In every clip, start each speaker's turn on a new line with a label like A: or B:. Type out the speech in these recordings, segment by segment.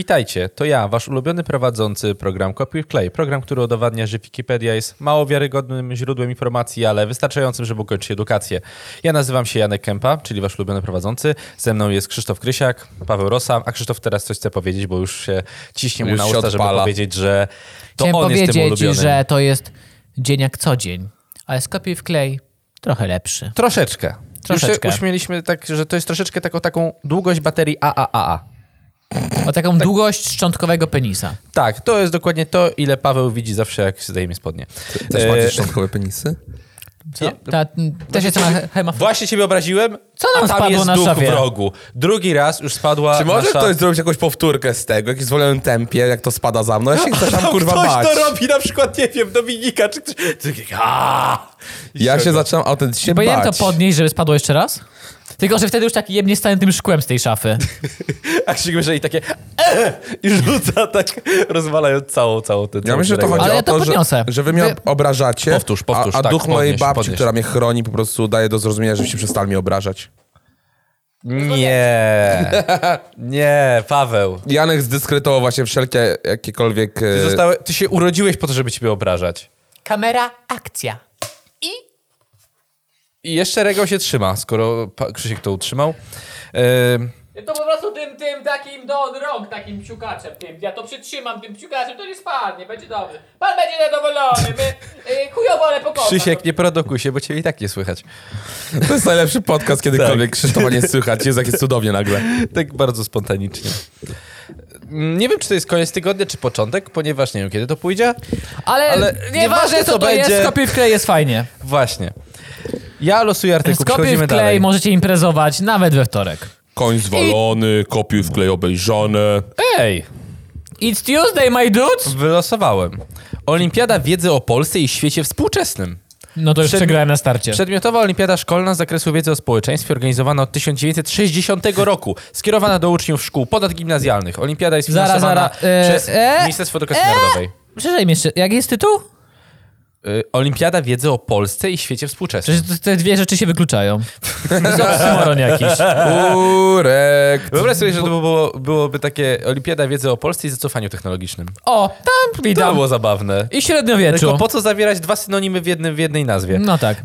A: Witajcie, to ja, wasz ulubiony prowadzący program Copy Clay. Program, który udowadnia, że Wikipedia jest mało wiarygodnym źródłem informacji, ale wystarczającym, żeby ukończyć edukację. Ja nazywam się Janek Kępa, czyli wasz ulubiony prowadzący. Ze mną jest Krzysztof Krysiak, Paweł Rosa, a Krzysztof teraz coś chce powiedzieć, bo już się ciśnie mu
B: Już
A: na
B: się
A: usta, żeby
B: odpala.
A: powiedzieć, że to
C: Chciałem
A: on jest tym
C: powiedzieć,
A: ulubionym.
C: że to jest dzień jak co dzień, ale skopiuj w klej trochę lepszy.
A: Troszeczkę.
C: Troszeczkę.
A: Już się uśmieliśmy tak, że to jest troszeczkę taką, taką długość baterii AAAA.
C: O taką długość szczątkowego penisa.
A: Tak, to jest dokładnie to, ile Paweł widzi zawsze, jak zdejmie spodnie.
B: Też
A: E,
B: macie szczątkowe penisy?
C: Co? Ta, też jest ma hemaf...
A: Właśnie ciebie obraziłem,
C: Co nam
A: a tam
C: spadło
A: jest
C: na
A: duch
C: szafie?
A: w rogu. Drugi raz już spadła
B: Czy może
A: Tak, nasza...
B: ktoś zrobić jakąś powtórkę z tego, jakiś zwolnionym tempie, jak to spada za mną? Ja się chcę tam
A: No,
B: kurwa
A: ktoś
B: bać.
A: to robi, na przykład, nie wiem, Dominika, czy ktoś... Ty- Aaa! I
B: Ja się
A: ściąga.
B: zaczynam autentycznie
C: Czy powinienem to
B: bać.
C: podnieść, żeby spadło jeszcze raz? Tylko, że wtedy już tak jemnie stałem tym szkłem z tej szafy.
A: A Krzysiek że i takie... "Eh!" I rzuca tak, rozwalając całą, całą ten...
B: Ja
A: cały
B: myślę, że to
A: szereg.
B: chodzi
C: Ale
B: o
C: ja to
B: to, że,
C: podniosę.
B: że wy mnie
C: Wy-
B: obrażacie,
A: Powtórz, powtórz,
B: a, a
A: tak,
B: duch mojej
A: podnieś,
B: babci,
A: podnieś.
B: która mnie chroni, po prostu daje do zrozumienia, żebyście przestali mnie obrażać.
A: Nie, nie, Paweł.
B: Janek zdyskredował właśnie wszelkie, jakiekolwiek... e,
A: Ty, zostałe- ty się urodziłeś po to, żeby ciebie obrażać.
C: Kamera, akcja.
A: I jeszcze regał się trzyma, skoro pa- Krzysiek to utrzymał. Ym,
D: To po prostu tym, tym, takim do rąk, takim psiukaczem, tym. Ja to przytrzymam tym psiukaczem, to nie spadnie, będzie dobrze. Pan będzie zadowolony, my yy, chujowo, ale pokocham.
C: tak.
A: Krzysiek, nie produkuj się, bo ciebie i tak nie słychać.
B: To jest najlepszy podcast kiedykolwiek, Krzysztofa nie słychać, jest jakieś cudownie nagle.
A: Tak bardzo spontanicznie. Mm, Nie wiem, czy to jest koniec tygodnia, czy początek, ponieważ nie wiem, kiedy to pójdzie.
C: Ale,
A: Ale
C: nieważne, co to
A: będzie.
C: jest, skopiuj w klej jest fajnie.
A: Właśnie. Ja losuję artykuł,
C: Skopiuj
A: przechodzimy
C: w klej,
A: dalej.
C: możecie imprezować nawet we wtorek.
B: Koń zwalony, kopiuj w klej obejrzane.
A: Ej,
C: It's Tuesday, my dudes!
A: wylosowałem. Olimpiada Wiedzy o Polsce i świecie współczesnym.
C: No to już
A: Przed-
C: przegrałem na starcie.
A: Przedmiotowa olimpiada szkolna z zakresu wiedzy o społeczeństwie organizowana od 1960 roku, skierowana do uczniów szkół ponadgimnazjalnych. Olimpiada jest
C: Zaraz,
A: finansowana
C: zaraz, e,
A: przez
C: e,
A: Ministerstwo Edukacji
C: e.
A: Narodowej.
C: Przeżyj jeszcze, jaki jest tytuł?
A: Y, Olimpiada wiedzy o Polsce i świecie współczesnym.
C: Przecież te- te dwie rzeczy się wykluczają. Oksimoron jakiś.
B: Urek.
A: Wyobraź sobie, że to było, byłoby takie Olimpiada wiedzy o Polsce i zacofaniu technologicznym.
C: O, tam
A: I to
C: widać.
A: było zabawne.
C: I średniowieczu.
A: Tylko po co zawierać dwa synonimy w, jednym, w jednej nazwie?
C: No tak.
A: E,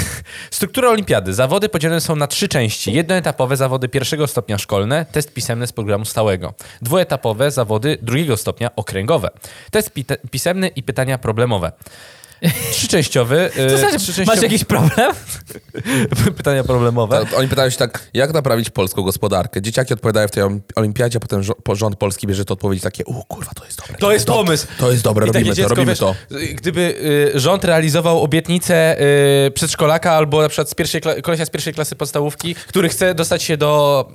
A: struktura olimpiady. Zawody podzielone są na trzy części. Jednoetapowe zawody pierwszego stopnia szkolne, test pisemny z programu stałego. Dwuetapowe zawody drugiego stopnia okręgowe. Test pite- pisemny i pytania problemowe. Trzyczęściowy. e,
C: To znaczy,
A: trzyczęściowy-
C: masz jakiś problem?
A: pytania problemowe.
B: Oni pytają się tak, jak naprawić polską gospodarkę? Dzieciaki odpowiadają w tej olim- olimpiadzie, potem żo- po- rząd polski bierze te odpowiedzi takie, u kurwa, to jest dobre.
A: To jest pomysł.
B: To jest dobre,
A: I takie
B: robimy to,
A: dziecko,
B: robimy
A: wiesz,
B: to.
A: Gdyby y, rząd realizował obietnicę y, przedszkolaka albo na przykład z pierwszej kla- kolesia z pierwszej klasy podstawówki, który chce dostać się do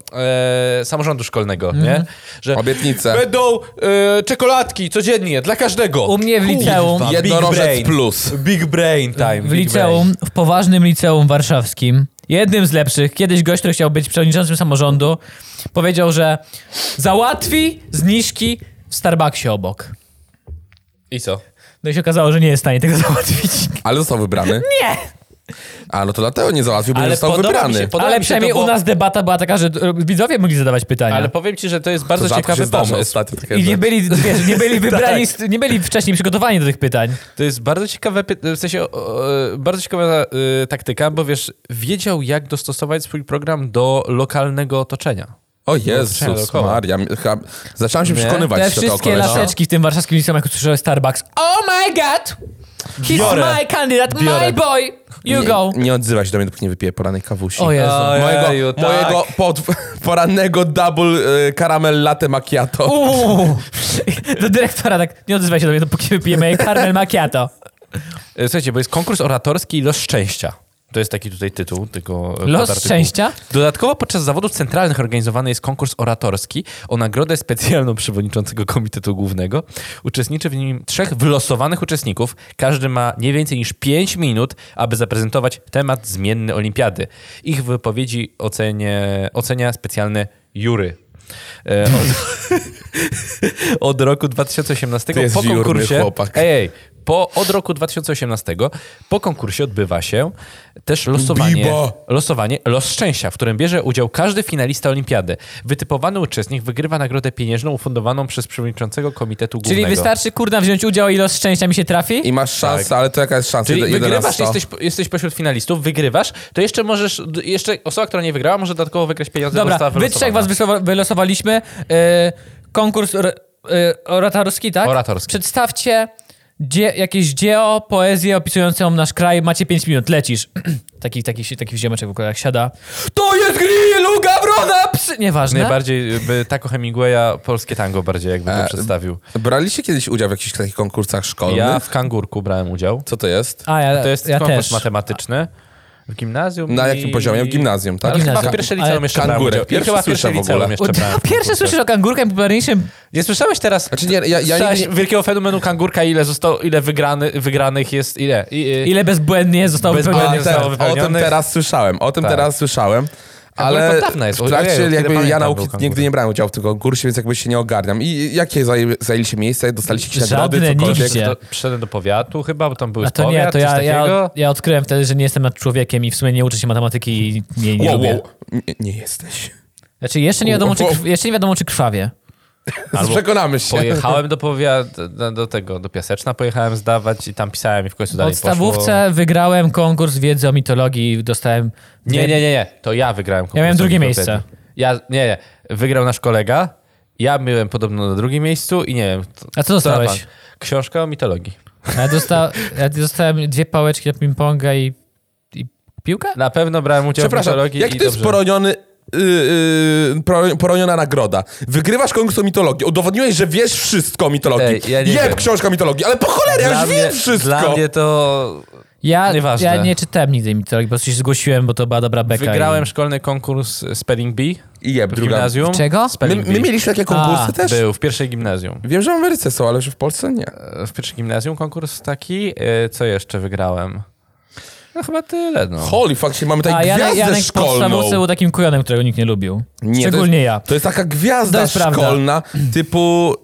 A: e, samorządu szkolnego, nie? Że
B: Mhm. Obietnice.
A: Będą e, czekoladki codziennie dla każdego.
C: U mnie w liceum-
A: Kurwa,
B: Jednorożec
A: big brain.
B: plus.
A: Big brain time.
C: W
A: big
C: liceum, w poważnym liceum warszawskim, jednym z lepszych, kiedyś gość, który chciał być przewodniczącym samorządu, powiedział, że załatwi zniżki w Starbucksie obok.
A: brain. I co?
C: No i się okazało, że nie jest w stanie tego załatwić.
B: Ale został wybrany? Nie! A, no to dlatego nie załatwił, bo nie
A: Ale
B: został
A: podoba mi
B: wybrany.
A: się, podoba
C: Ale
A: mi się
C: przynajmniej
A: to, bo-
C: u nas debata była taka, że e, widzowie mogli zadawać pytania.
A: Ale powiem ci, że to jest bardzo
B: To rzadko się
A: ciekawy
B: zdarza
A: pomysł.
B: ostatnio takie
C: I
B: rzeczy.
C: nie byli, wiesz, nie byli
A: Tak.
C: wybrani, z- nie byli wcześniej przygotowani do tych pytań.
A: To jest bardzo ciekawe, py- w sensie o, o, bardzo ciekawa y, taktyka, bo wiesz, wiedział jak dostosować swój program do lokalnego otoczenia.
B: O
A: Trzeba
B: Jezus
A: dookoła.
B: Maria, m- chyba zacząłem się
A: Nie?
C: Te
B: przekonywać, że to
C: wszystkie
B: okoliczne.
C: laseczki w tym warszawskim liceum, jak usłyszałem Starbucks. Oh my god! He's
A: Biorę.
C: my candidate,
A: Biorę.
C: my boy! You go!
B: Nie, nie odzywa się do mnie, dopóki nie wypiję porannej kawusi.
C: O Jezu.
A: Ojeju,
B: Mojego,
A: tak.
B: mojego pod, porannego double y, caramel latte macchiato.
C: Uuu. Do dyrektora tak, nie odzywaj się do mnie, dopóki wypijemy Carmel Macchiato.
A: E, Słuchajcie, bo jest konkurs oratorski i Los Szczęścia. To jest taki tutaj tytuł tego e,
C: Los
A: podartykułu.
C: Szczęścia?
A: Dodatkowo podczas zawodów centralnych organizowany jest konkurs oratorski o nagrodę specjalną przewodniczącego Komitetu Głównego. Uczestniczy w nim trzech wylosowanych uczestników. Każdy ma nie więcej niż 5 minut, aby zaprezentować temat zmienny olimpiady. Ich wypowiedzi ocenie, ocenia specjalny jury. E, Od, od roku 2018
B: Ty jest
A: po
B: wiórny
A: konkursie.
B: chłopak.
A: Ej, ej, po, od roku 2018 po konkursie odbywa się też losowanie,
B: Biba.
A: losowanie Los Szczęścia, w którym bierze udział każdy finalista olimpiady. Wytypowany uczestnik wygrywa nagrodę pieniężną ufundowaną przez przewodniczącego komitetu
C: Czyli
A: głównego.
C: wystarczy, kurna, wziąć udział i los szczęścia mi się trafi?
B: I masz szansę, ale to jaka jest
A: Tak.
B: szansa?
A: Czyli
B: Jed- jeden
A: wygrywasz,
B: raz sto.
A: jesteś, jesteś pośród finalistów, wygrywasz, to jeszcze możesz, d- jeszcze osoba, która nie wygrała, może dodatkowo wygrać pieniądze. bo
C: Dobra,
A: została
C: wy trzech was
A: wylosowana.
C: wylosowa- wylosowaliśmy. E, konkurs or, e, oratorski, tak?
A: Oratorski.
C: Przedstawcie dzie, jakieś dzieło, poezję opisującą nasz kraj. Macie 5 minut, lecisz. taki, taki, taki ziomeczek w ogóle jak siada. To jest grill, gawrona, psy! Nieważne.
A: Najbardziej y, by Taco Hemingwaya polskie tango bardziej jakby to
B: E,
A: przedstawił.
B: Braliście kiedyś udział w jakichś takich konkursach szkolnych?
A: Ja w kangurku brałem udział.
B: Co to jest?
C: A, ja,
A: To jest
C: E, ja
A: konkurs
C: też.
A: matematyczny. W gimnazjum.
B: Na
A: i-
B: jakim poziomie? W gimnazjum, tak?
A: Ale
C: Gimnazjum.
A: chyba w pierwsze liceum
C: Ale
A: jeszcze brałem
B: kangurek.
A: udział. I
B: Pierwszy
A: chyba w
B: słyszę
A: pierwsze
B: w ogóle.
A: liceum jeszcze
C: O,
A: brałem.
C: Pierwsze słyszysz o kangurkach najpopularniejszym
A: Nie słyszałeś teraz
B: Znaczy nie, ja, ja
A: Słyszałeś
B: nigdy nie...
A: wielkiego fenomenu kangurka, ile zostało, ile wygrany, wygranych jest, ile? I, i,
C: Ile bezbłędnie zostało
A: Bezbłędnie
C: wypełnione.
B: A,
A: zostało
B: teraz- o tym
A: wypełnione?
B: teraz słyszałem, o tym
A: Tak.
B: teraz słyszałem.
A: ogóle
B: Ale
A: to od dawna jest.
B: w
A: Ojej,
B: trakcie
A: od kiedy
B: jakby ja
A: pamiętam
B: nauki
A: był kangurek.
B: nigdy nie brałem udziału w tym konkursie, więc jakby się nie ogarniam. I jakie zaję, zajęliście miejsca? Dostaliście jakieś
C: Żadne,
B: nagrody, cokolwiek?
C: nigdzie.
A: do, przyszedłem do powiatu chyba, bo tam były
C: A to nie,
A: powiat,
C: to ja,
A: coś
C: ja,
A: takiego.
C: ja odkryłem wtedy, że nie jestem nad człowiekiem i w sumie nie uczę się matematyki i nie, nie
B: Wow,
C: lubię.
B: wow. Nie, nie jesteś.
C: Znaczy jeszcze nie, wiadomo, czy,
B: Wow.
C: krw- jeszcze nie wiadomo, czy krwawie.
A: Albo
B: Przekonamy się.
A: Pojechałem do powiatu, do, do tego, do Piaseczna pojechałem zdawać i tam pisałem i w końcu dalej
C: W podstawówce
A: poszło.
C: wygrałem konkurs wiedzy o mitologii, dostałem...
A: Nie, nie, nie, nie, to ja wygrałem konkurs.
C: Ja miałem drugie
A: Wtedy.
C: miejsce.
A: Ja, nie, nie, wygrał nasz kolega, ja byłem podobno na drugim miejscu i nie wiem. to-
C: A co
A: to
C: dostałeś?
A: pan. Książka o mitologii.
C: Ja, dosta, ja dostałem dwie pałeczki do ping-ponga i, i piłkę?
A: Na pewno brałem udział w
B: Przepraszam,
A: mitologii
B: jak
A: i
B: to jest
A: dobrze.
B: poroniony, yy, yy, pro- poroniona nagroda? Wygrywasz konkurs o mitologii, udowodniłeś, że wiesz wszystko o mitologii.
A: Ej, ja nie
B: Jeb
A: wiem.
B: książka o mitologii, ale po cholerę, ja już wiem wszystko.
A: Dla mnie to
C: Ja,
A: Nieważne.
C: ja nie czytałem nigdy mitologii, po prostu się zgłosiłem, bo to była dobra beka.
A: wygrałem
C: I...
A: szkolny konkurs Spelling Bee
B: I jeb,
A: w
B: druga.
A: gimnazjum.
C: Czego?
B: My,
A: Spelling
B: my
A: Bee.
B: mieliśmy takie konkursy
C: tak A,
B: też?
A: Był w pierwszej gimnazjum.
B: Wiem, że w Ameryce są, ale że w Polsce nie.
A: E, W pierwszym gimnazjum konkurs taki. E, Co jeszcze wygrałem? No chyba tyle, no.
B: Holy fuck, się mamy
C: A
B: tutaj
C: Janek,
B: gwiazdę
C: Janek w
B: szkolną.
C: podstawówce był takim kujonem, którego nikt nie lubił.
B: Nie, to
C: Szczególnie
B: jest-
C: ja.
B: To jest taka gwiazda
C: To jest prawda.
B: szkolna, typu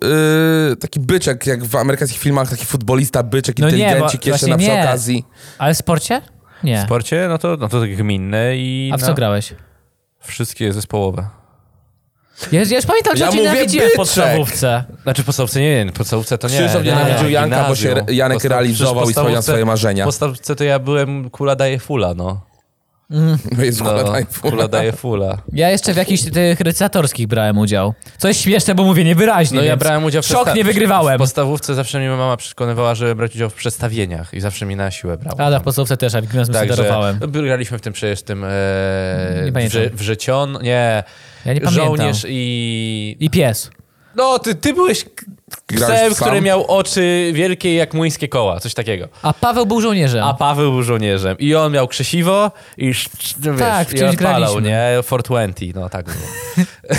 B: yy, taki byczek, jak w amerykańskich filmach, taki futbolista, byczek,
C: No nie,
B: inteligencik
C: bo-
B: jeszcze
C: właśnie
B: na przy
C: nie.
B: okazji.
C: Ale w sporcie? Nie.
A: W sporcie, no to, no to gminne i
C: A w co
A: no,
C: grałeś?
A: wszystkie zespołowe.
C: Ja, ja już pamiętam, że
B: Ja
C: ja cię
B: mówię
C: nienawidziłem w
B: byczek.
C: podstawówce.
A: Znaczy w podstawce nie wiem, w podstawce to nie.
B: Krzysztof
A: nie,
B: nienawidził
A: nie,
B: Janka, bo się
A: gimnazjum.
B: Re- Janek
A: Podstaw-
B: realizował
A: przecież
B: i spełniał
A: podstawówce-
B: swoje marzenia.
A: W podstawce to ja byłem kula daje fula, no.
B: No jest
A: no
B: no,
A: kula daje fula.
C: Ja jeszcze w jakichś tych recytatorskich brałem udział. Coś śmieszne, bo mówię niewyraźnie.
A: No ja
C: więc
A: brałem udział w
C: Szok,
A: przesta-
C: nie
A: W
C: wygrywałem.
A: podstawówce zawsze mnie mama przekonywała, żeby brać udział w przedstawieniach i zawsze mnie na siłę brała.
C: Ale w podstawce też, a w gimnazjum sobie darowałem.
A: graliśmy w tym przecież tym e,
C: Nie pamiętam.
A: wrze, wrzecion, nie,
C: Ja nie pamiętam.
A: żołnierz i...
C: I pies.
A: No, ty, ty byłeś k-
B: Grałeś
A: psem,
B: w sam?
A: który miał oczy wielkie jak młyńskie koła, coś takiego.
C: A Paweł był żołnierzem.
A: A Paweł był żołnierzem i on miał krzesiwo i sz- sz- no wiesz,
C: Tak, w
A: i
C: czymś
A: odpalał,
C: graliśmy.
A: nie? 420, no tak było.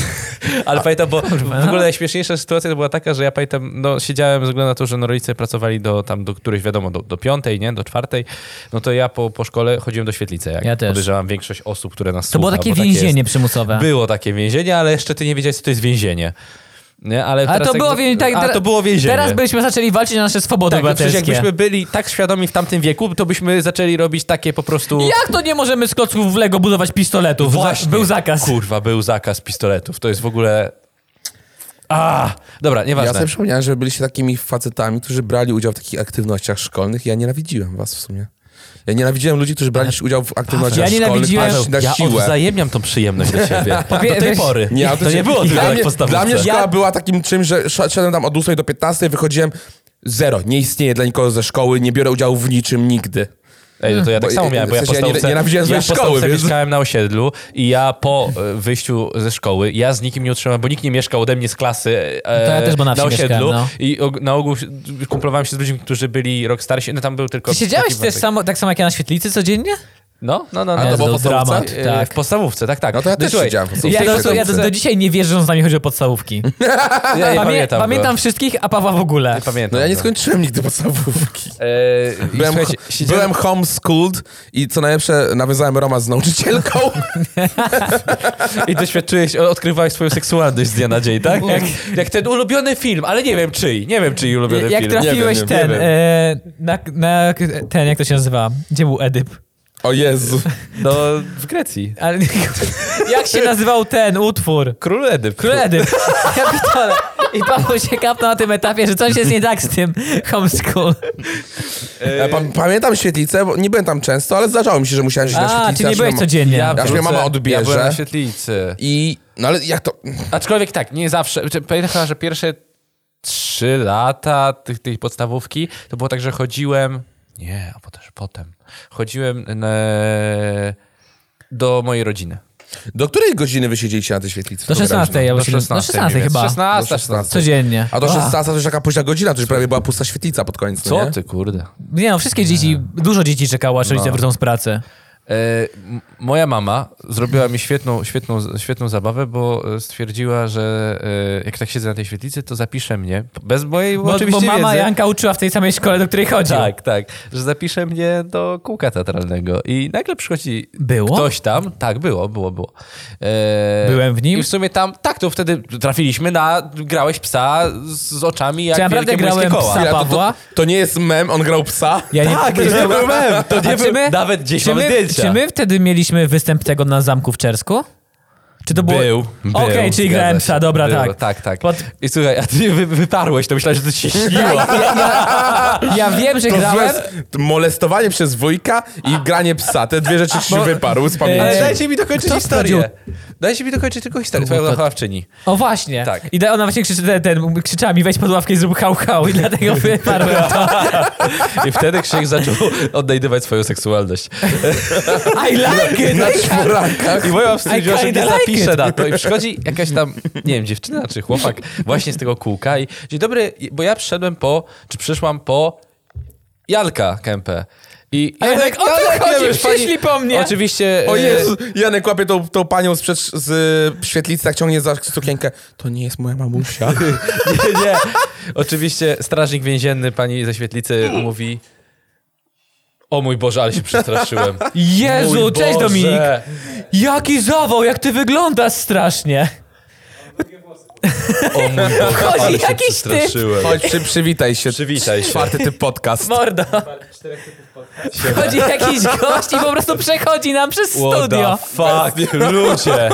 A: Ale pamiętam, bo w ogóle najśmieszniejsza sytuacja to była taka, że ja pamiętam, no siedziałem ze względu na to, że no, rodzice pracowali do tam, do których wiadomo, do, do piątej, nie? Do czwartej. No to ja po, po szkole chodziłem do świetlicy, jak
C: Ja też.
A: podejrzewam większość osób, które nas
C: to było
A: słucha,
C: takie
A: bo
C: więzienie
A: tak jest.
C: przymusowe.
A: Było takie więzienie, ale jeszcze ty nie wiedziałeś, co to jest więzienie. Nie? Ale
C: Ale
A: teraz
C: to
A: jakby-
C: było więzienie. Tak,
A: A,
C: teraz-
A: to było więzienie.
C: Teraz byśmy zaczęli walczyć o nasze swobody
A: Tak, przecież
C: obywatelskie.
A: jakbyśmy byli tak świadomi w tamtym wieku, to byśmy zaczęli robić takie po prostu...
C: Jak to nie możemy z klocków w Lego budować pistoletów? Za-
A: Właśnie.
C: Był zakaz.
A: Kurwa, był zakaz pistoletów. To jest w ogóle... A, dobra,
B: Ja
A: nieważne.
B: sobie przypomniałem, że byliście takimi facetami, którzy brali udział w takich aktywnościach szkolnych. Ja nienawidziłem was w sumie. Ja nienawidziłem ludzi, którzy brali udział w aktywnościach
C: Ja
B: szkolnych
C: nienawidziłem-
B: aż na
A: ja
B: siłę.
A: odwzajemniam tą przyjemność do ciebie. Do
C: Wie-
A: tej
C: wiesz-
A: pory.
B: Nie,
A: to nie
B: się-
A: było tylko
B: dla
A: tak
B: mnie, Dla mnie
A: podstawówce.
B: szkoła była takim czymś, że sz- szedłem tam od 8 do 15, wychodziłem zero. Nie istnieje dla nikogo ze szkoły, nie biorę udziału w niczym nigdy.
A: Ej, no to ja tak
B: Bo-
A: samo
B: i-
A: miałem, bo ja
B: w sensie ja
A: podstawówce,
B: nie- nienawidziłem
A: ja
B: swojej
A: w podstawówce
B: szkoły, więc-
A: mieszkałem na osiedlu i ja po e, wyjściu ze szkoły, ja z nikim nie utrzymałem, bo nikt nie mieszkał ode mnie z klasy e,
C: To ja też, bo na
A: na
C: wsi
A: osiedlu
C: mieszkałem, no.
A: i og- na ogół się- kumplowałem się z ludźmi, którzy byli rok starsi, no tam był tylko...
C: Ty siedziałeś
A: taki
C: też
A: wątek.
C: samo, tak samo jak ja na świetlicy codziennie?
A: No, no, no.
B: A
A: no.
B: to było
C: Jezu,
B: podstawówce?
C: dramat,
A: E,
C: tak.
A: W podstawówce, tak, tak.
B: No to ja też
A: słuchaj,
B: siedziałem w podstawówce.
C: Ja,
A: Ja,
C: do-
B: Siedem,
C: ja do, do
B: siedem.
C: dzisiaj nie wierzę, że z nami chodzi o podstawówki.
A: ja, ja,
C: Pamię-
A: pamiętam. go.
C: pamiętam wszystkich, a Pawła w ogóle.
A: Ja pamiętam.
B: No ja nie
A: go.
B: skończyłem nigdy podstawówki.
A: E, i
B: Byłem,
A: słuchajcie, siedziałem-
B: byłem homeschooled i co najlepsze, nawiązałem romans z nauczycielką.
A: I doświadczyłeś, odkrywałeś swoją seksualność z dnia na dzień, tak? Jak, jak ten ulubiony film, ale nie wiem czyj. Nie wiem czyj ulubiony
C: Jak
A: film.
C: trafiłeś
B: nie wiem,
C: ten,
B: nie wiem.
C: e, na, na, ten, jak to się nazywa? Gdzie był Edyp?
B: O Jezu.
A: No, w Grecji.
C: Ale, jak się nazywał ten utwór?
A: Król Edyp.
C: Król Edyp. Ja pitole. I Paweł się kapnął na tym etapie, że coś jest nie tak z tym homeschool.
B: Ja pa- pamiętam świetlicę, bo nie byłem tam często, ale zdarzało mi się, że musiałem się na
C: A,
B: świetlicę.
C: czy nie
B: aż
C: byłeś
B: mama-
C: codziennie.
B: aż mnie
A: wrócę-
B: mama
A: Ja
B: odbierze.
A: byłem na świetlicy.
B: I, no ale jak to...
A: Aczkolwiek tak, nie zawsze. Czy- Pamiętam, chyba, że pierwsze trzy lata tych, tej podstawówki to było tak, że chodziłem. Nie, a potem, potem. Chodziłem na, do mojej rodziny.
B: Do której godziny wy siedzieliście na tej świetlicy?
C: Do 16, ja
A: Do
C: bym się- Do 16
A: mniej więcej.
C: chyba.
A: 16,
B: Do 16.
A: 16.
C: Codziennie.
B: A do 16 to już taka późna godzina, to już prawie była pusta świetlica pod koniec, no
A: Co
B: nie?
A: ty, kurde.
C: Nie no, wszystkie dzieci, dużo dzieci czekało, aż
B: No.
C: rodzice wrócą z pracy.
A: E, m- moja mama zrobiła mi świetną, świetną, świetną zabawę, bo e, stwierdziła, że e, jak tak siedzę na tej świetlicy, to zapisze mnie. Bez mojej
C: Bo, bo
A: oczywiście
C: mama
A: wiedzy.
C: Janka uczyła w tej samej szkole, do której chodził.
A: Tak, tak. Że zapisze mnie do kółka teatralnego. I nagle przychodzi
C: Było?
A: ktoś tam. Tak, było, było, było. E,
C: Byłem w nim?
A: I w sumie tam, tak, to wtedy trafiliśmy na, grałeś psa z, z oczami jak
C: Czy ja naprawdę
A: wielkie
C: grałem
A: błyski koła.
C: psa
B: to-
C: Pawła?
B: To nie jest mem, on grał psa.
C: Ja
A: Tak, to nie był mem, to nie
C: A czy
A: był-
C: my-
A: nawet gdzieś
C: czy
A: mam
C: my,
A: zdjęcia.
C: Czy my wtedy mieliśmy występ tego na zamku w Czersku? Czy to było...
A: Był. był,
C: Okej, czyli
A: zgadza
C: grałem
A: się,
C: psa, dobra,
A: było,
C: tak.
A: Tak, tak.
C: Pod-
A: I słuchaj, a ty wy, wyparłeś, to myślałem, że to ci się śniło.
C: Ja wiem, że
B: To
C: grałem...
B: złe, molestowanie przez wujka i granie psa. Te dwie rzeczy ci wyparł z
A: Ale
B: pamięci.
A: dajcie mi dokończyć
C: Kto
A: historię.
C: wchodził?
A: Dajcie mi dokończyć tylko historię, twoja
C: Kurde, to-
A: wychowawczyni.
C: O właśnie.
A: Tak.
C: I da- ona właśnie krzyczy, ten, ten, krzyczała mi weź pod ławkę i zrób hał hał i dlatego wyparłem to.
A: I wtedy Krzyk zaczął odnajdywać swoją seksualność.
C: I like it!
B: Na
A: Znaczy-
C: I-
B: czworakach.
A: I moja mama
C: Tak? I
A: stwierdziła, że
C: kinda
A: nie
C: like
A: zapisze
C: it.
A: na to. I przychodzi jakaś tam, nie wiem, dziewczyna czy chłopak właśnie z tego kółka i dzień dobry, bo ja przyszedłem po, czy przyszłam po Janka Kępę. I
C: A ja tak, o co
A: Janek,
C: chodzi?
A: nie wiesz, pani-
C: Przyszli po mnie.
A: Oczywiście.
B: O
A: e,
B: Jezu, Janek łapie tą, tą panią sprzed, z y, świetlicy, tak ciągnie za sukienkę. To nie jest moja mamusia.
A: Nie, nie. Oczywiście strażnik więzienny pani ze świetlicy mówi o mój Boże, ale się przestraszyłem.
C: Jezu,
A: Mój
C: cześć
A: Boże.
C: Dominik! Jaki zawał, jak ty wyglądasz strasznie!
A: O mój Boże,
C: Chodzi
A: ale się
C: jakiś typ.
A: przestraszyłem.
B: Chodź, przy, przywitaj się.
A: Przywitaj się.
B: Czwarty typ podcast.
C: Mordo! Chodzi jakiś gość i po prostu przechodzi nam przez
A: What the
C: studio.
A: fuck, ludzie.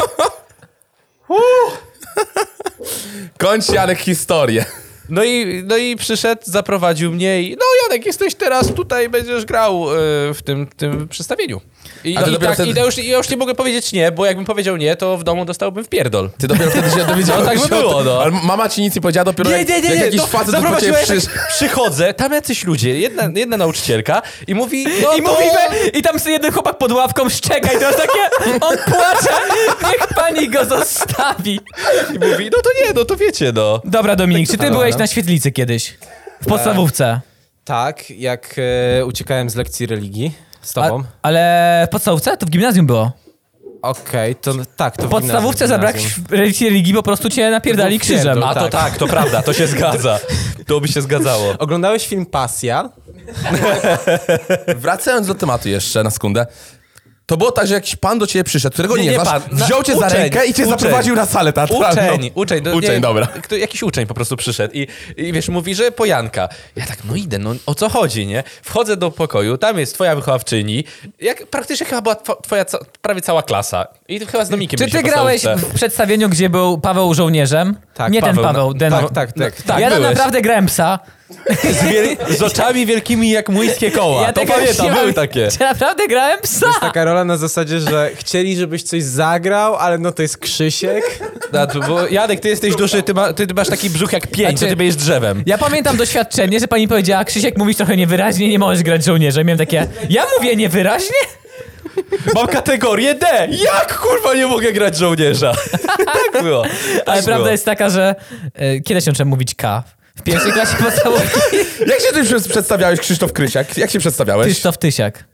B: Kończ Janek historię.
A: No i, no i przyszedł, zaprowadził mnie i no Janek, jesteś teraz tutaj, będziesz grał e, w tym, tym przedstawieniu. I,
B: A ty
A: i,
B: dopiero
A: tak,
B: wtedy-
A: i ja, już, i ja już nie mogę powiedzieć nie, bo jakbym powiedział nie, to w domu dostałbym w pierdol.
B: Ty dopiero wtedy się dowiedziałeś.
A: No tak by
B: o tym.
A: było, no.
B: Ale mama ci nic nie powiedziała, dopiero no, jak, jak jakiś
A: to
B: facet do
A: zaprowadziła,
B: ciebie
A: ja tak
B: przyszedł.
A: przychodzę, tam jacyś ludzie, jedna, jedna nauczycielka i mówi... No
C: I
A: to-
C: mówi, we, i tam sobie jeden chłopak pod ławką szczeka i to jest takie, on płacze, niech pani go zostawi.
A: I mówi, no to nie, no to wiecie, no.
C: Dobra Dominik, czy ty
E: Dobra.
C: byłeś na świetlicy kiedyś?
E: E,
C: W podstawówce.
E: Tak, jak e, uciekałem z lekcji religii z
C: A,
E: tobą.
C: ale w podstawówce? To w gimnazjum było.
E: Okej, to tak, to
C: W
E: w
C: podstawówce
E: gimnazjum,
C: zabrać
E: gimnazjum.
C: religii, po prostu cię napierdali
E: To był pierdol.
C: krzyżem.
A: A to
E: tak.
A: tak, to prawda, to się zgadza. To by się zgadzało.
E: Oglądałeś film Pasja?
B: Wracając do tematu jeszcze na sekundę. To było tak, że jakiś pan do ciebie przyszedł, którego nie,
A: nie
B: znasz,
A: pan, na-
B: wziął cię za
A: uczeń,
B: rękę i cię
A: uczeń.
B: zaprowadził na salę teatralną.
A: Uczeń, uczeń. No, nie
B: Uczeń,
A: wiem,
B: dobra.
A: Kto, jakiś uczeń po prostu przyszedł i, i wiesz, mówi, że po Janka. Ja tak, no idę, no o co chodzi, nie? Wchodzę do pokoju, tam jest twoja wychowawczyni, jak, praktycznie chyba była two- twoja ca prawie cała klasa. I chyba z Dominikiem
C: Czy
A: byliśmy
C: ty
A: po
C: grałeś
A: całówce.
C: w przedstawieniu, gdzie był Paweł żołnierzem?
E: Tak,
C: Nie ten
A: Paweł,
C: Paweł, ten...
E: Tak, tak, tak.
A: tak,
C: ja
A: byłeś.
C: naprawdę grałem psa.
A: z, wiel- z oczami wielkimi jak młyńskie koła? to
C: tego
A: pamiętam,
C: nie mam-
A: były takie.
C: Ja naprawdę grałem psa.
E: To jest taka rola na zasadzie, że chcieli, żebyś coś zagrał, ale no to jest Krzysiek.
A: Da, to było- Janek, ty jesteś duży, ty, ma, ty masz taki brzuch jak pięć,
C: Znaczy-
A: to ty będziesz drzewem.
C: Ja pamiętam doświadczenie, że pani powiedziała, Krzysiek, mówisz trochę niewyraźnie, nie możesz grać żołnierzem. Miałem takie, ja mówię niewyraźnie?
A: Mam kategorię D! Jak kurwa nie mogę grać żołnierza? tak było.
C: Ale
A: Tak
C: prawda
A: było.
C: jest taka, że e, kiedy się trzeba mówić K? W pierwszej klasie podstawówki
B: Jak się ty przy- przedstawiałeś, Krzysztof Krysiak? Jak się przedstawiałeś?
C: Krzysztof Tysiak.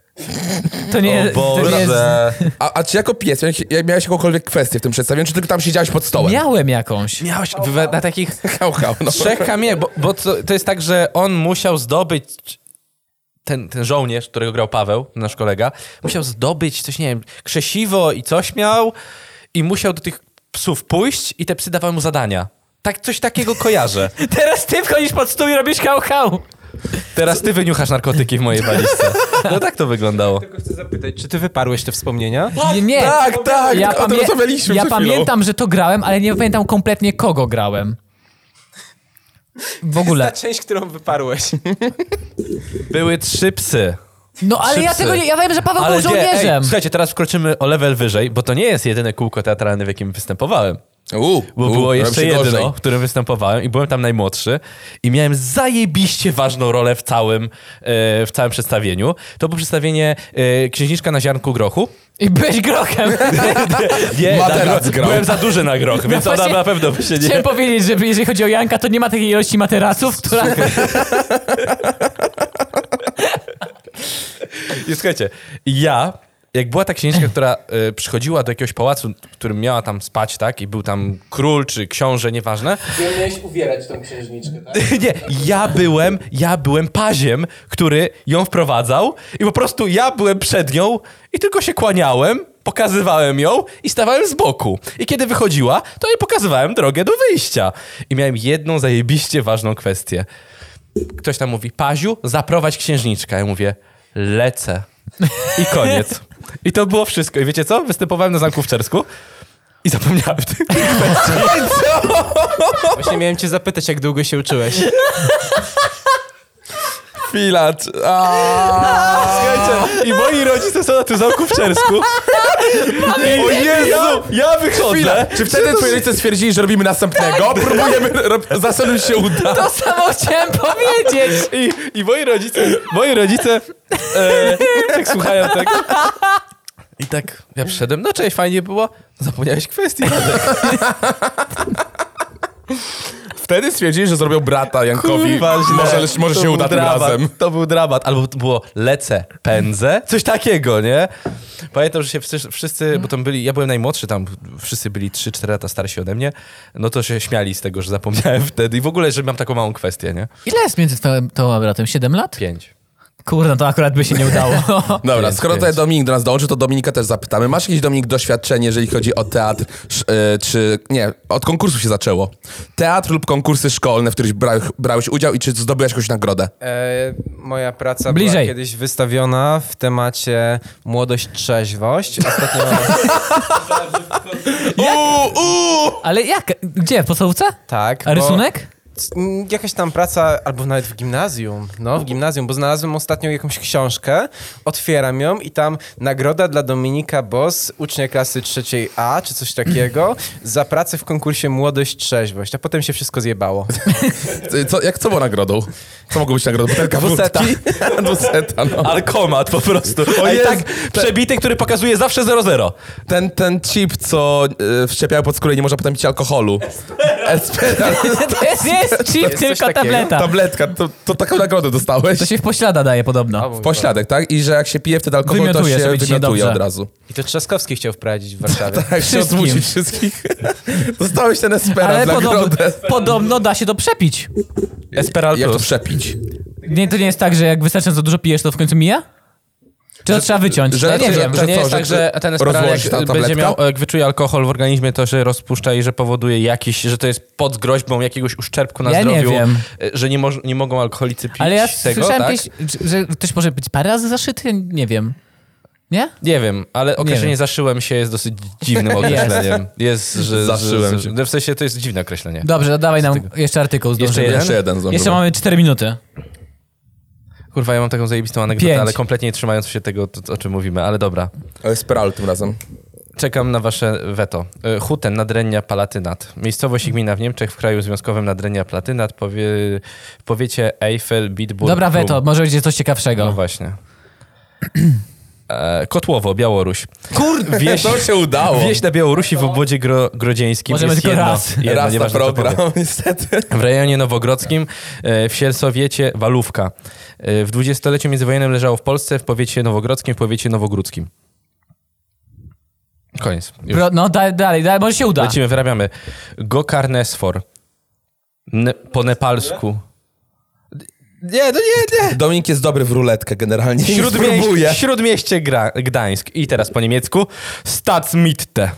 C: To nie, to nie jest...
B: A, a czy jako pies miałeś, miałeś jakąkolwiek kwestię w tym przedstawieniu, czy tylko tam siedziałeś pod stołem?
C: Miałem jakąś.
A: Miałeś wywa- na takich
B: Hał, hał, no.
A: trzech kamie, bo, bo to, to jest tak, że on musiał zdobyć. Ten, ten żołnierz, którego grał Paweł, nasz kolega, musiał zdobyć coś, nie wiem, krzesiwo i coś miał, i musiał do tych psów pójść, i te psy dawały mu zadania. Tak, coś takiego kojarzę.
C: Teraz ty wchodzisz pod stół i robisz hał hał.
A: Teraz ty wyniuchasz narkotyki w mojej walizce. No tak to wyglądało.
E: Tylko chcę zapytać, czy ty wyparłeś te wspomnienia?
C: Nie, nie.
B: Tak, tak,
C: ja
B: o tym
C: pamię-
B: rozmawialiśmy
C: ja
B: przed chwilą.
C: pamiętam, że to grałem, ale nie pamiętam kompletnie kogo grałem. W ogóle.
E: Ta część, którą wyparłeś.
A: Były trzy psy.
C: No ale
A: trzy
C: ja
A: psy.
C: tego nie, ja wiem, że Paweł
A: Ale
C: był
A: nie, ej,
C: żołnierzem.
A: słuchajcie, teraz wkroczymy o level wyżej, bo to nie jest jedyne kółko teatralne, w jakim występowałem.
B: U,
A: Bo
B: u,
A: było
B: robi
A: jeszcze
B: się
A: jedno,
B: gorzej.
A: w którym występowałem i byłem tam najmłodszy i miałem zajebiście ważną rolę w całym, e, w całym przedstawieniu. To było przedstawienie e, Księżniczka na ziarnku grochu.
C: I byłeś grochem.
A: Nie,
B: Materac
A: za-
B: grał.
A: byłem za duży na groch, więc ona
C: No właśnie-
A: na pewno by się nie...
C: Chciałem powiedzieć, że jeżeli chodzi o Janka, to nie ma takiej ilości materaców, która...
A: I słuchajcie, ja, jak była ta księżniczka, która e, przychodziła do jakiegoś pałacu, w którym miała tam spać, tak, i był tam król czy książę, nieważne,
D: Ja miałeś uwierać tą księżniczkę, tak?
A: Nie, ja byłem, ja byłem paziem, który ją wprowadzał i po prostu ja byłem przed nią i tylko się kłaniałem, pokazywałem ją i stawałem z boku. I kiedy wychodziła, to jej pokazywałem drogę do wyjścia. I miałem jedną zajebiście ważną kwestię. Ktoś tam mówi, Paziu, zaprowadź księżniczkę. Ja mówię, lecę. I koniec. I to było wszystko. I wiecie co? Występowałem na Zamku w Czersku i zapomniałem tych
E: Właśnie miałem cię zapytać, jak długo się uczyłeś.
B: Chwila, czy- aaa.
A: Słuchajcie, i moi rodzice są na tym zamku w Czersku. I, o Jezu, ja wychodzę.
B: Chwila, czy wtedy twoi rodzice stwierdzili, że robimy następnego?
A: Tak.
B: Próbujemy, rob... zasadem się uda.
C: To samo chciałem powiedzieć.
A: I, I moi rodzice, moi rodzice e, tak słuchają tego. I tak ja przyszedłem, no cześć, fajnie było. Zapomniałeś kwestii.
B: Wtedy stwierdzili, że zrobią brata Jankowi.
A: Kurwa, źle.
B: Może, może
A: To
B: się
A: był
B: uda tym
A: dramat,
B: razem.
A: To był dramat. Albo to było lecę, pędzę. Coś takiego, nie? Pamiętam, że się wszyscy, wszyscy bo tam byli, ja byłem najmłodszy tam, wszyscy byli 3-4 lata starsi ode mnie, no to się śmiali z tego, że zapomniałem wtedy i w ogóle, że mam taką małą kwestię, nie?
C: Ile jest między twoim- tobą a bratem? 7 lat?
A: 5.
C: Kurde, no to akurat by się nie udało.
B: Dobra,
A: Pięć,
B: skoro tutaj
A: pięć.
B: Dominik do nas dołączy, to Dominika też zapytamy. Masz jakieś, Dominik, doświadczenie, jeżeli chodzi o teatr, sz- y, czy... Nie, od konkursu się zaczęło. Teatr lub konkursy szkolne, w których brałeś, brałeś udział i czy zdobyłeś jakąś nagrodę?
E: E, moja praca była
C: Bliżej.
E: kiedyś wystawiona w temacie młodość, trzeźwość. Ostatnio
C: Ale jak? Gdzie? W podstawówce?
E: tak.
C: A
E: bo-
C: rysunek?
E: Mm, Jakaś tam praca, albo nawet w gimnazjum. No, w gimnazjum, bo znalazłem ostatnio jakąś książkę, otwieram ją i tam nagroda dla Dominika Bos, ucznia klasy trzeciej A, czy coś takiego, za pracę w konkursie Młodość Trzeźwość. A potem się wszystko zjebało.
B: Y, Co, jak, co było nagrodą? Co mogło być nagrodą? Butelka
A: Dwuseta.
B: wódki? Dwuseta, no.
A: Alkomat po prostu.
B: O
A: O
B: Jezu.
A: tak przebity, który pokazuje zawsze 0-0.
B: Ten, ten chip, co y, wszczepiają pod skórę i nie można potem pić alkoholu. Espera.
C: To jest, nie jest chip,
E: coś
C: tylko
E: takiego?
C: tableta.
B: Tabletka, to, to taką nagrodę dostałeś.
C: To się w poślada daje
E: O
C: podobno.
E: mój
B: W pośladek, tak? I że jak się pije wtedy alkohol, to
C: Wymiotuje
B: się
C: sobie ci
B: wymiotuje
C: niedobrze.
B: od razu.
E: I to Trzaskowski chciał wprowadzić w Warszawie.
B: Tak, się
C: Wszystkim.
B: odwrócić wszystkich. Dostałeś ten espera
C: Ale
B: Ale
C: podobno,
B: nagrodę.
C: podobno da się to przepić.
A: Esperal
B: Jak to
A: Plus.
B: przepić?
C: Nie, to nie jest tak, że jak wystarczająco dużo pijesz, to w końcu mija? Czy to trzeba wyciąć?
B: że-
C: ja nie
B: że-
C: wiem.
A: To nie
B: co,
A: jest
B: że
A: tak, że ten Esperal
B: rozłoży ta
A: jak
B: tabletka?
A: będzie miał, e, jak wyczuje alkohol w organizmie, to się rozpuszcza i że powoduje jakiś, że to jest pod groźbą jakiegoś uszczerbku na
C: Ja nie
A: zdrowiu. e,
C: wiem.
A: Że nie, moż, nie mogą alkoholicy pić
C: Ale ja
A: tego,
C: słyszałem
A: tak?
C: kiedyś, że ktoś może być parę razy zaszyty, nie wiem. Nie?
A: Nie wiem, ale określenie
C: wiem.
A: zaszyłem się jest dosyć dziwnym określeniem. Jest, że...
B: Zaszyłem
A: że,
B: się.
A: że, W sensie to jest dziwne określenie.
C: Dobrze, to dawaj nam jeszcze artykuł zdążymy.
A: jeden?
B: Jeszcze jeden zdążymy.
C: Jeszcze mamy 4 minuty.
A: Kurwa, ja mam taką zajebistą anegdotę,
C: Pięć.
A: ale kompletnie nie trzymając się tego, to- o czym mówimy, ale dobra.
B: O, Esperal tym razem.
A: Czekam na wasze weto. Y, Huten, Nadrennia, Palatynat. Miejscowość i gmina w Niemczech, w kraju związkowym Nadrennia, Palatynat, powie, w powiecie Eiffel, Bitburg.
C: Dobra,
A: Plum.
C: Weto, może będzie coś ciekawszego.
A: No właśnie. E, Kotłowo, Białoruś. Kurde, wieś,
B: To się udało.
A: wieś na Białorusi w obwodzie gro, grodzieńskim
C: Możemy
A: jest
C: tylko
A: jedno,
C: raz.
A: jedno,
B: Raz na
A: nieważne, co
B: program,
A: powiem.
B: niestety.
A: W rejonie nowogrodzkim, e, w Siersowiecie, Walówka. E, W dwudziestoleciu międzywojennym leżało w Polsce, w powiecie nowogrodzkim, w powiecie nowogródzkim. Koniec. Już.
C: Pro, no dalej, dalej, dalej, może się uda.
A: Lecimy, wyrabiamy. Gokarnesfor. Ne, po nepalsku. Nie, no nie, nie.
B: Dominik jest dobry w ruletkę generalnie.
A: Śródmieście,
B: Spróbuję.
A: Śródmieście Gra, Gdańsk. I teraz po niemiecku. Staatsmitte.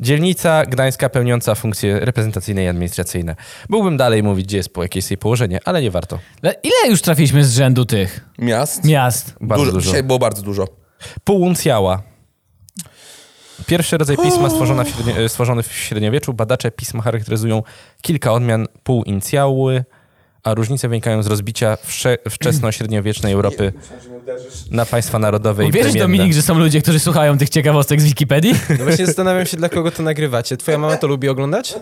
A: Dzielnica Gdańska pełniąca funkcje reprezentacyjne i administracyjne. Mógłbym dalej mówić, gdzie jest po jakie jest jej położenie, ale nie warto.
C: Le- Ile już trafiliśmy z rzędu tych
B: Miast.
C: miast?
A: Bardzo dużo.
B: Dzisiaj było bardzo dużo.
A: Półuncjała. Pierwszy rodzaj pisma stworzona w średni- e, stworzony w średniowieczu. Badacze pisma charakteryzują kilka odmian półuncjały, a różnice wynikają z rozbicia wsze- wczesno-średniowiecznej Europy na państwa narodowe i
C: Uwierzysz,
A: plemienne.
C: Dominik, że są ludzie, którzy słuchają tych ciekawostek z Wikipedii?
E: No właśnie zastanawiam się, dla kogo to nagrywacie. Twoja mama to lubi oglądać?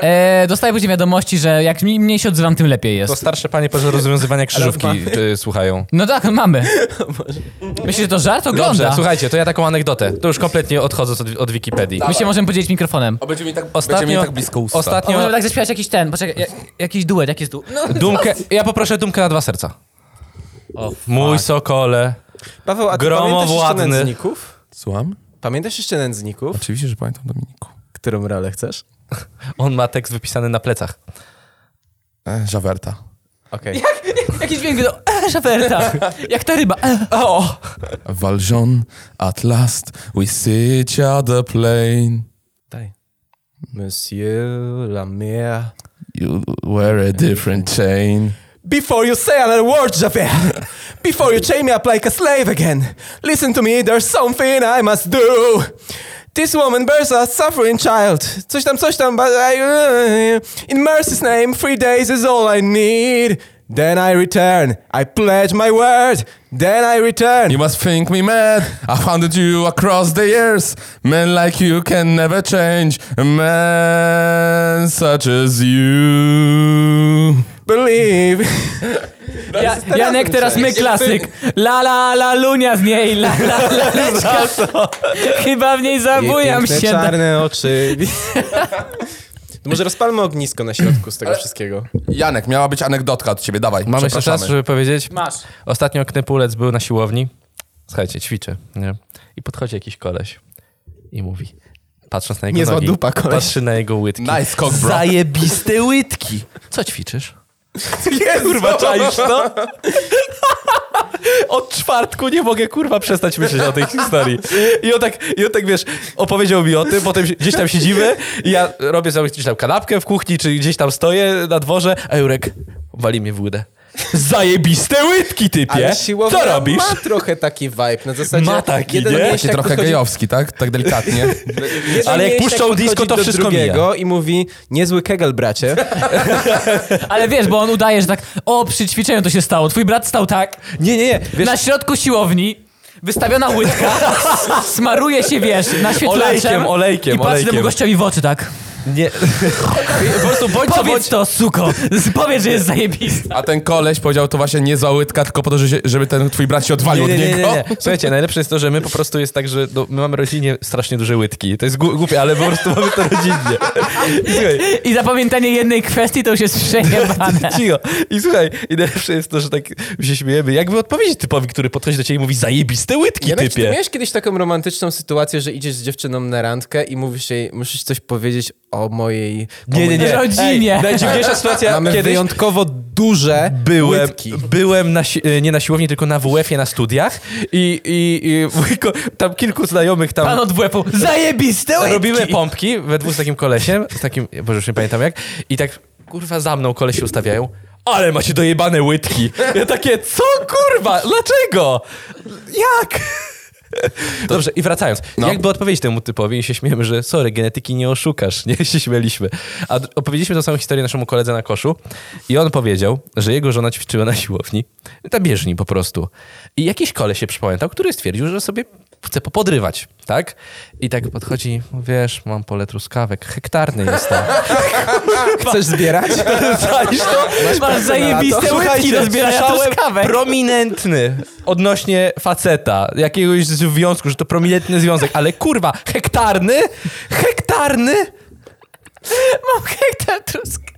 C: E, dostaję później wiadomości, że jak mi- mniej się odzywam, tym lepiej
A: To
C: jest.
A: starsze panie podczas rozwiązywania krzyżówki e, słuchają.
C: No tak, mamy. Myślisz, że to żart? Ogląda.
A: Dobrze, słuchajcie, to ja taką anegdotę. To już kompletnie odchodząc od, od Wikipedii.
C: My się możemy podzielić mikrofonem.
B: O, Tak. będzie mi tak,
A: Ostatnio-
B: będzie mi tak blisko usta.
C: A
A: Ostatnio
C: możemy tak zaśpiewać jakiś ten, poczekaj, ja, jakiś duet, jaki jest duet? No.
A: dumkę, ja poproszę dumkę na dwa serca. Mój sokole.
E: Paweł, a ty
A: Gromowładny.
E: pamiętasz jeszcze nędzników?
B: Słucham?
E: Pamiętasz jeszcze nędzników?
B: Oczywiście, że pamiętam Dominiku.
E: Którą rolę chcesz?
A: On ma tekst wypisany na plecach.
B: E, Żawerta.
E: Okej.
C: Jakiś dźwięk do... E, szaferta, jak ta ryba. E, o.
B: Valjean, at last we see each other plain.
E: Dalej. Monsieur la mer.
B: You wear a different chain.
E: Before you say another word, Javert. Before you chain me up like a slave again. Listen to me, there's something I must do. This woman bears a suffering child. Coś tam, coś tam, but I, uh, in mercy's name, three days is all I need. Then I return. I pledge my word. Then I return.
B: You must think me mad. I founded you across the years. Men like you can never change. A man such as you.
E: believe.
C: Ja, Janek teraz my klasyk. La la la lunia z niej, la la la leczka. Chyba w niej zabujam się.
E: czarne oczy. Może rozpalmy ognisko na środku z tego wszystkiego.
B: Janek, miała być anegdotka od ciebie, dawaj.
A: Mamy jeszcze
B: przepraszamy.
A: czas, żeby powiedzieć.
D: Masz.
A: Ostatnio Knypulec był na siłowni. Słuchajcie, ćwiczy. Nie? I podchodzi jakiś koleś i mówi, patrząc na jego
E: Niezła
A: nogi,
E: dupa, koleś.
A: patrzy na jego łydki.
B: Nice cock, bro.
A: Zajebiste łydki. Co ćwiczysz?
E: Kurwa,
A: Czaisz to? Od czwartku nie mogę kurwa przestać myśleć o tej historii. I on tak, i on tak wiesz, opowiedział mi o tym, potem się- gdzieś tam siedzimy i ja robię sobie gdzieś tam kanapkę w kuchni, czy gdzieś tam stoję na dworze, a Jurek wali mnie w łydę. Zajebiste łydki, typie!
E: Ale siłowa
A: Co robisz?
E: ma trochę taki vibe, na zasadzie...
A: Ma taki,
E: jeden
A: nie?
E: mięsiak
B: Taki trochę
E: podchodzi-
B: gejowski, tak? Tak delikatnie.
E: jeden
A: Ale jak
E: mięsiak
A: puszczą
E: podchodzi
A: disco, to
E: do
A: wszystko
E: drugiego i mówi, niezły kegel, bracie.
C: Ale wiesz, bo on udaje, że tak, o, przy ćwiczeniu to się stało. Twój brat stał tak,
A: Nie, nie, nie. Wiesz,
C: na środku siłowni, wystawiona łydka, smaruje się, wiesz, naświetlaczem.
A: Olejkiem, olejkiem,
C: I patrzy
A: olejkiem.
C: temu gościowi w oczy tak.
A: nie. po prostu bądź co bądź.
C: Powiedz to, suko, powiedz, że jest zajebista.
B: A ten koleś powiedział to właśnie nie za łydka, tylko po to, że- żeby ten twój brat się odwalił
A: Nie, nie,
B: od
A: nie,
B: niego.
A: nie, nie. Słuchajcie, najlepsze jest to, że my po prostu jest tak, że no, my mamy rodzinie strasznie duże łydki. To jest gu- głupie, ale po prostu mamy to rodzinnie. I słuchaj,
C: I zapamiętanie jednej kwestii to już jest przejebane.
A: Cicho. I słuchaj, i najlepsze jest to, że tak się śmiejemy. Jakby odpowiedzieć typowi, który podchodzi do ciebie i mówi zajebiste łydki,
E: Janek, czy ty
A: typie.
E: miałeś kiedyś taką romantyczną sytuację, że idziesz z dziewczyną na randkę i mówisz jej, musisz coś powiedzieć o mojej... o mojej-
C: nie. Rodzinie.
A: Ej, najdziwniejsza sytuacja
E: Mamy
A: kiedyś...
E: wyjątkowo duże
A: Byłem,
E: łydki.
A: byłem na, si- e, nie na siłowni, tylko na WF-ie na studiach i, i, i mój ko- tam kilku znajomych tam...
C: Pan od WF-u, zajebiste łydki.
A: Robimy pompki we dwóch z takim kolesiem, z takim, boże już nie pamiętam jak, i tak kurwa za mną kolesi ustawiają. Ale macie dojebane łydki. Ja takie, co kurwa, dlaczego? Jak? Dobrze, i wracając. Jakby odpowiedzieć temu typowi i się śmiejemy, że sorry, genetyki nie oszukasz. Nie, się śmieliśmy. A d- opowiedzieliśmy tą samą historię naszemu koledze na koszu i on powiedział, że jego żona ćwiczyła na siłowni, na bieżni po prostu. I jakiś koleś się przypamiętał, który stwierdził, że sobie chcę popodrywać, tak? I tak podchodzi, wiesz, mam pole truskawek, hektarny jest to.
E: Chcesz zbierać?
A: Zalisz to?
C: Masz zajebiste łydki do
A: Słuchajcie,
C: zbierania
A: słyszałem
C: truskawek.
A: prominentny odnośnie faceta, jakiegoś związku, że to prominentny związek, ale kurwa, hektarny? Hektarny?
C: Mam hektar truskawek.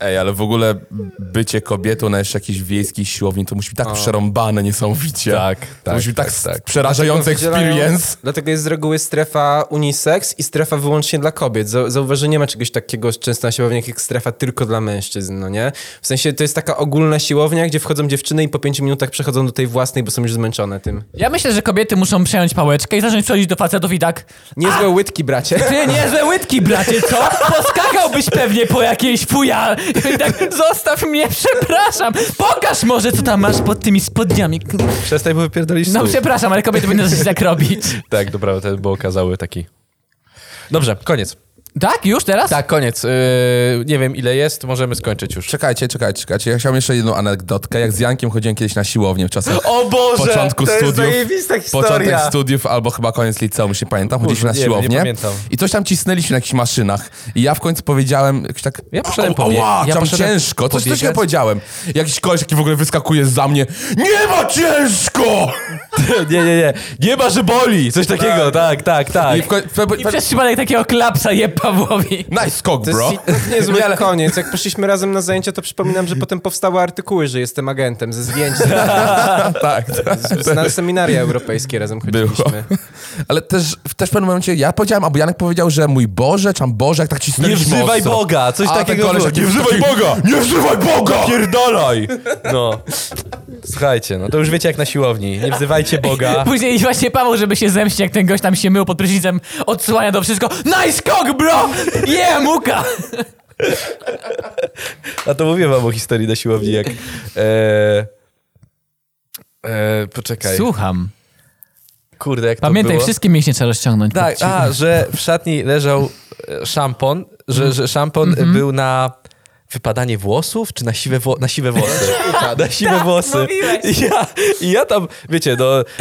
B: Ej, ale w ogóle bycie kobietą na jeszcze jakiejś wiejskiej siłowni to musi być tak przerąbane niesamowicie.
A: Tak,
B: To
A: tak,
B: musi być tak,
A: tak,
B: s-
A: tak.
B: przerażający
E: Wydzielają-
B: experience.
E: Dlatego jest z reguły strefa unisex i strefa wyłącznie dla kobiet. Zau- Zauważ, że nie ma czegoś takiego często na siłowniach jak strefa tylko dla mężczyzn, no nie? W sensie to jest taka ogólna siłownia, gdzie wchodzą dziewczyny i po pięciu minutach przechodzą do tej własnej, bo są już zmęczone tym.
C: Ja myślę, że kobiety muszą przejąć pałeczkę i zacząć przychodzić do facetów i tak...
E: Niezłe łydki, bracie.
C: Ty niezłe łydki, bracie, co? Poskakałbyś pewnie po jakiejś fuja. I tak, zostaw mnie, przepraszam. Pokaż może, co tam masz pod tymi spodniami.
A: Przestań, bo wypierdolisz
C: No
A: stół.
C: przepraszam, ale kobiety będą coś tak robić.
A: Tak, dobra, ten był okazały taki. Dobrze, koniec.
C: Tak? Już teraz?
A: Tak, koniec. Yy, nie wiem, ile jest, możemy skończyć już.
B: Czekajcie, czekajcie, czekajcie. Ja chciałem jeszcze jedną anegdotkę. Jak z Jankiem chodziłem kiedyś na siłownię w czasach
A: O Boże!
B: początku
E: to jest
B: studiów.
E: zajebista historia.
B: Początek studiów albo chyba koniec liceum, już nie pamiętam. Chodziliśmy na
A: Kurde, nie,
B: siłownię
A: nie pamiętam.
B: i coś tam cisnęliśmy na jakichś maszynach. I ja w końcu powiedziałem jakoś tak...
A: Ja poszedłem
B: "Au,
A: pobie-
B: ała,
A: ja
B: tam
A: poszedłem
B: ciężko. Coś, coś
A: pobiegać.
B: ja powiedziałem. Jakiś koleś taki w ogóle wyskakuje za mnie. Nie ma ciężko!
A: nie, nie, nie. Nie ma, że boli! Coś takiego, tak, tak, tak.
B: I w końcu... pe- pe-
C: I przez przypadek takiego klapsa je Pawłowi.
B: Nice skok,
E: To
B: bro.
E: jest i tak niezły
B: Nie, ale-
E: koniec. Jak poszliśmy razem na zajęcia, to przypominam, że potem powstały artykuły, że jestem agentem ze zdjęć.
B: tak, tak.
E: Na seminaria europejskie razem chodziliśmy.
B: Było. Ale też w też w pewnym momencie ja powiedziałem, albo Janek powiedział, że mój Boże, czy tam Boże, jak tak
A: Nie
B: cisnęliśmy
A: wzywaj
B: ostro.
A: Boga! Coś
B: A ten
A: takiego.
B: koleś
A: było.
B: taki- taki- Nie wzywaj Boga!
A: Pierdolaj! No. Słuchajcie, no to już wiecie jak na siłowni. Nie wzywajcie Boga.
C: Później właśnie Paweł, żeby się zemścić, jak ten gość tam się mył pod prysznicem, odsłania to wszystko. Nice cock, bro! Yeah, muka!
A: A to mówię wam o historii na siłowni, jak... E, e, poczekaj.
C: Słucham.
A: Kurde, jak to
C: Pamiętaj,
A: było?
C: wszystkie mięśnie trzeba rozciągnąć.
A: Tak, a, że w szatni leżał e, szampon, że, że szampon e, był na wypadanie włosów, czy na siwe, wło- na siwe włosy? na siwe włosy.
C: mówiłeś.
A: I ja, I ja tam, wiecie, no, e,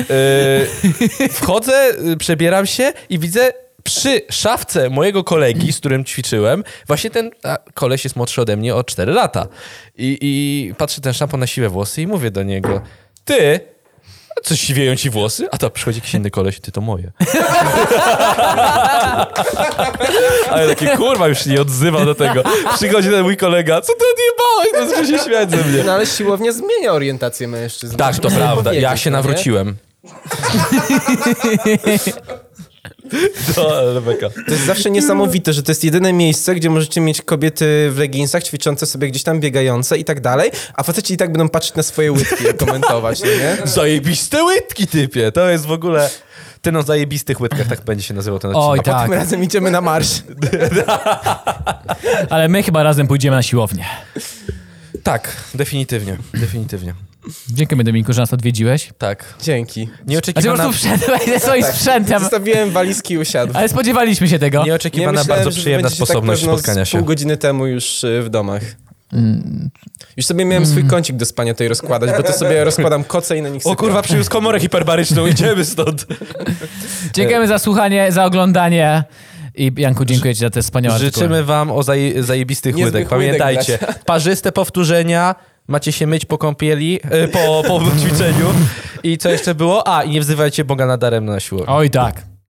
A: wchodzę, e, przebieram się i widzę przy szafce mojego kolegi, z którym ćwiczyłem, właśnie ten a, koleś jest młodszy ode mnie o 4 lata. I, I patrzę ten szampon na siwe włosy i mówię do niego, ty... a Coś siwieją ci włosy? A to przychodzi jakiś inny koleś, ty to moje. Ale taki kurwa już się nie odzywał do tego. Przychodzi ten mój kolega, co ty odjebałeś? To się śmiać ze mnie.
E: No ale siłownia zmienia orientację mężczyzn.
A: Tak, to
E: Możemy
A: prawda. Ja
E: powiedzieć,
A: się
E: no nie?
A: nawróciłem. To, ale beka.
E: To jest
A: No.
E: zawsze niesamowite, że to jest jedyne miejsce, gdzie możecie mieć kobiety w leginsach, ćwiczące sobie gdzieś tam, biegające i tak dalej, a faceci i tak będą patrzeć na swoje łydki i komentować, no nie?
A: Zajebiste łydki, typie. To jest w ogóle... Ty no, zajebistych łydkach, tak będzie się nazywał ten odcinek.
C: Oj,
E: Tym
C: tak.
E: razem idziemy na marsz.
C: Ale my chyba razem pójdziemy na siłownię.
A: Tak, definitywnie. Definitywnie.
C: Dziękujemy, Dominiku, że nas odwiedziłeś.
A: Tak.
E: Dzięki. Tak.
C: A ty po
A: Nieoczekiwana,
C: prostu wszedłeś ze swoim sprzętem.
E: Zostawiłem walizki i usiadłem.
C: Ale spodziewaliśmy się tego.
A: nieoczekiwana
E: No. myślałem,
A: bardzo
E: że
A: przyjemna
E: będziecie tak
A: sposobność
E: pewno z
A: spotkania się. Mm.
E: pół godziny temu już y, w domach. Już sobie miałem swój kącik do spania tutaj rozkładać, bo to sobie rozkładam koce i na nich
A: O
E: sypiam.
A: kurwa, przyniósł komorę hiperbaryczną, idziemy stąd.
C: Dziękujemy za słuchanie, za oglądanie. I Janku, dziękuję ci za te wspaniałe artykuły.
A: Życzymy wam o zaje, zajebistych
E: Niezłych
A: łydek.
E: łydek,
A: Pamiętajcie, parzyste powtórzenia, macie się myć po kąpieli, y, e, po, po ćwiczeniu. I co jeszcze było? A, i nie wzywajcie Boga nadarem na siłę.
C: Oj tak.